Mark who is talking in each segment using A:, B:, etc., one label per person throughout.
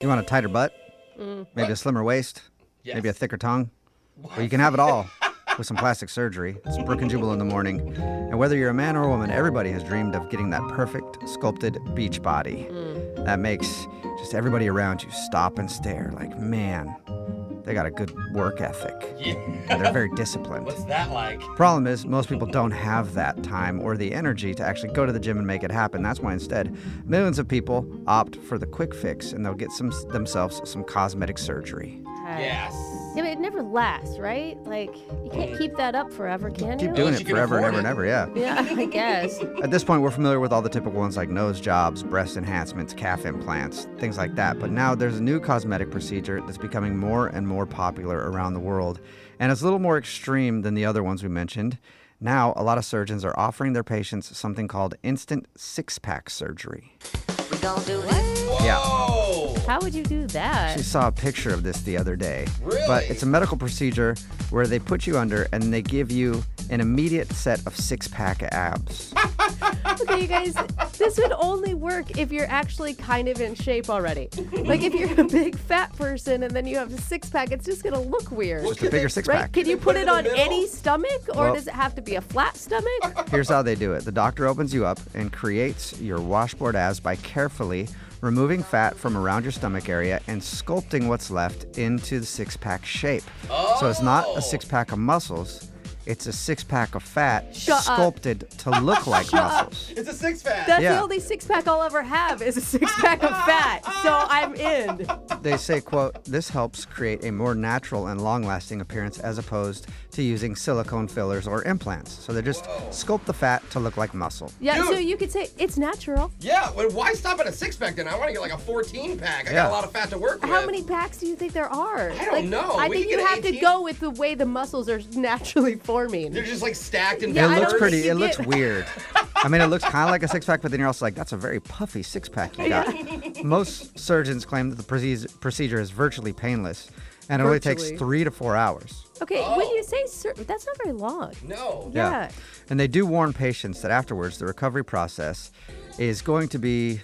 A: You want a tighter butt?
B: Mm,
A: Maybe a slimmer waist? Maybe a thicker tongue? Well, you can have it all with some plastic surgery. It's Brook and Jubal in the morning. And whether you're a man or a woman, everybody has dreamed of getting that perfect sculpted beach body
B: Mm.
A: that makes just everybody around you stop and stare like, man, they got a good work ethic.
B: Yeah.
A: And they're very disciplined.
B: What's that like?
A: Problem is, most people don't have that time or the energy to actually go to the gym and make it happen. That's why instead, millions of people opt for the quick fix and they'll get some themselves some cosmetic surgery.
C: Hi.
B: Yes.
C: Yeah, but it never lasts, right? Like you can't keep that up forever, can
A: Keep
C: you?
A: doing
B: Unless you
A: it
B: can
A: forever and ever
B: afford
A: and ever, yeah.
C: Yeah, I guess.
A: At this point, we're familiar with all the typical ones like nose jobs, breast enhancements, calf implants, things like that. But now there's a new cosmetic procedure that's becoming more and more popular around the world. And it's a little more extreme than the other ones we mentioned. Now, a lot of surgeons are offering their patients something called instant six pack surgery.
D: We gon' do this.
A: Yeah.
B: Oh.
C: How would you do that?
A: actually saw a picture of this the other day. But
B: Really?
A: it's a medical procedure where they put you under and they give you an immediate set of six pack abs.
C: Okay, you guys, this would only work if you're actually kind of in shape already. Like if you're a big fat person and then you have a six pack, it's just gonna look weird.
B: Well,
A: Just a bigger six
C: Right?
A: pack.
C: Can you put it
B: in the
C: on
B: middle?
C: any stomach or
A: Well-
C: does it have to be a flat stomach?
A: Here's how they do it the doctor opens you up and creates your washboard abs by carefully removing fat from around your stomach area and sculpting what's left into the six pack shape. So it's not
B: Oh.
A: a six pack of muscles. It's a six pack of fat
C: Shut up.
A: sculpted to look like muscles.
B: It's a six pack.
C: That's the
A: Yeah.
C: only six pack I'll ever have is a six pack of fat. So I'm in.
A: They say, quote, this helps create a more natural and long lasting appearance as opposed to using silicone fillers or implants. So they just sculpt the fat to look like muscle.
C: Yeah, so
B: Dude.
C: you could say it's natural.
B: yeah. Well, why stop at a six pack then? I want to get like a 14 pack. I
A: Yeah.
B: got a lot of fat to work with.
C: How many packs do you think there are?
B: I don't know.
C: I
B: We
C: think
B: could
C: you
B: get
C: have to
B: 18.
C: go with the way the muscles are naturally forming.
B: They're just like stacked in
C: Yeah, I
A: it looks
C: don't
A: pretty,
C: think you
A: it looks
C: get-
A: weird. I mean, it looks kind of like a six pack, but then you're also like, that's a very puffy six pack you got. Most surgeons claim that the proce- procedure is virtually painless and it only takes
C: Virtually.
A: three to four hours.
C: Okay,
B: Oh.
C: when you say sur- that's not very long.
B: No.
C: Yeah.
A: And they do warn patients that afterwards the recovery process is going to be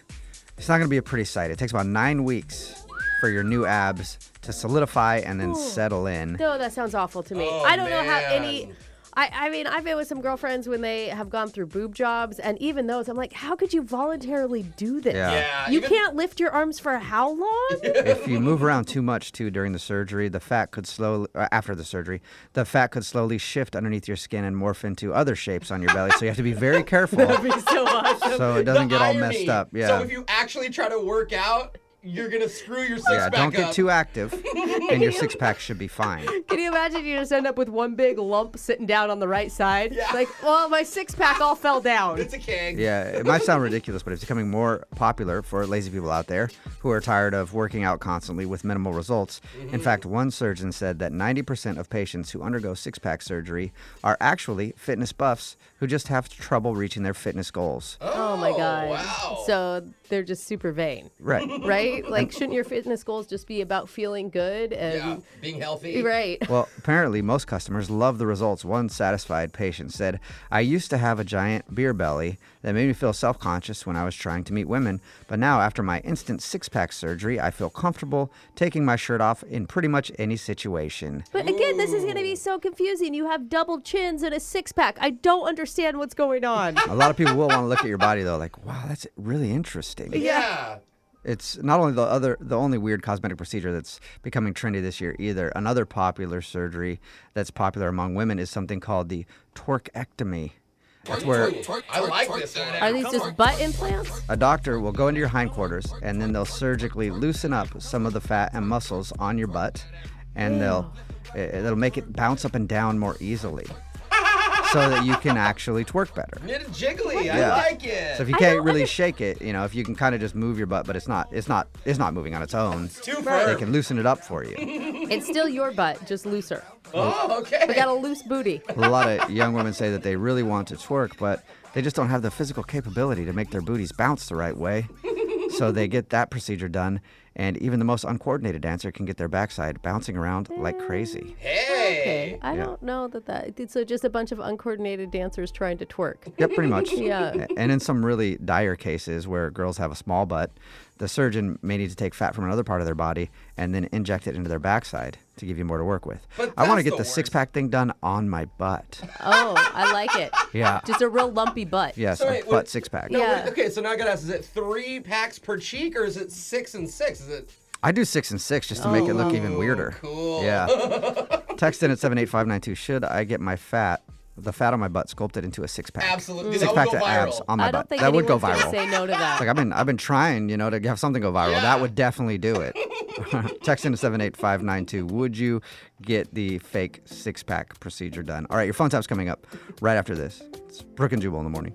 A: it's not going to be a pretty sight. It takes about 9 weeks for your new abs to solidify and then settle in.
C: No, that sounds awful to me.
B: Oh,
C: I don't know how any.
B: man.
C: I, I mean, I've been with some girlfriends when they have gone through boob jobs, and even those, I'm like, how could you voluntarily do this?
A: Yeah.
B: Yeah,
C: you
B: even-
C: can't lift your arms for how long?
A: if you move around too much too during the surgery, the fat could slowly uh, after the surgery, the fat could slowly shift underneath your skin and morph into other shapes on your belly. So you have to be very careful
C: so awesome.
A: so it doesn't
B: The
A: get all
B: irony.
A: messed up. Yeah.
B: So if you actually try to work out, you're gonna screw your six
A: yeah,
B: pack
A: don't get
B: up.
A: too active and your six pack should be fine.
C: Can you imagine you just end up with one big lump sitting down on the right side?
B: Yeah.
C: Like, well, my six pack all fell down.
B: It's a keg.
A: Yeah, it might sound ridiculous, but it's becoming more popular for lazy people out there who are tired of working out constantly with minimal results. In fact, one surgeon said that 90% of patients who undergo six pack surgery are actually fitness buffs who just have trouble reaching their fitness goals.
C: Oh my god.
B: wow.
C: So they're just super vain.
A: Right.
C: Right? Like shouldn't your fitness goals just be about feeling good
B: Yeah,
C: and
B: Being healthy.
C: right.
A: Well, apparently, most customers love the results. One satisfied patient said, I used to have a giant beer belly that made me feel self conscious when I was trying to meet women, but now after my instant six pack surgery, I feel comfortable taking my shirt off in pretty much any situation.
C: But again, this is going to be so confusing. You have double chins and a six pack. I don't understand what's going on.
A: A lot of people will want to look at your body though, like, wow, that's really interesting.
B: Yeah.
A: It's not only the other, the only weird cosmetic procedure that's becoming trendy this year either. Another popular surgery that's popular among women is something called the torquectomy. That's where
B: I like this one.
C: Are these just butt implants?
A: a doctor will go into your hindquarters and then they'll surgically loosen up some of the fat and muscles on your butt, and they'll it- it'll make it bounce up and down more easily, so that you can actually twerk better.
B: It's jiggly. I
A: Yeah.
B: like it.
A: So if you
C: I
A: can't
C: don't
A: really
C: under-
A: shake it, you know, if you can kind of just move your butt, but it's not, it's not, it's not moving on its own.
B: Too
A: They
B: firm.
A: can loosen it up for you.
C: It's still your butt, just looser.
B: Oh, okay.
C: We got a loose booty.
A: A lot of young women say that they really want to twerk, but they just don't have the physical capability to make their booties bounce the right way. So they get that procedure done, And even the most uncoordinated dancer can get their backside bouncing around like crazy.
B: Hey.
C: Okay. I don't know that that. did- So just a bunch of uncoordinated dancers trying to twerk.
A: Yep, pretty much.
C: Yeah.
A: A- And in some really dire cases where girls have a small butt, the surgeon may need to take fat from another part of their body and then inject it into their backside to give you more to work with.
B: But
A: I want to get
B: that's the
A: the,
B: worst.
A: six pack thing done on my butt.
C: Oh, I like it.
A: Yeah.
C: Just a real lumpy butt.
A: Yes, a
B: So wait,
A: butt
B: what-
A: six pack.
B: No,
C: Yeah.
B: wait, okay, so now I gotta ask: Is it three packs per cheek, or is it six and six? Is it
A: I do six and six just to make it look even weirder.
B: Oh, cool?
A: Yeah. Text in at 78592. Should I get my fat, the fat on my butt, sculpted into a six pack?
B: Absolutely. That
A: Six
B: would
A: packs
B: go
A: of abs
B: viral.
A: on my
C: I don't
A: butt.
C: think
A: That would go
C: anyone's gonna
A: viral.
C: Say no to
A: Like
C: that.
A: I've been I've been trying, you know, to have something go viral.
B: Yeah.
A: That would definitely do it. Text in to seven eight five nine two. Would you get the fake six pack procedure done? All right, your phone tap's coming up right after this. It's Brooke and Jubal in the morning.